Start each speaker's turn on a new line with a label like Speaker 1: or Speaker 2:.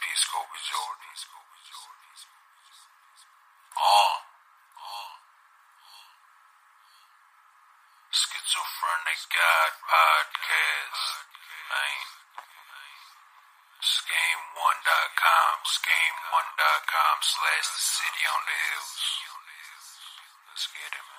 Speaker 1: with Jordan. Oh. oh. Schizophrenic God Podcast. Man. Scam1.com. Scam1.com slash the city on the hills. Let's get it, man.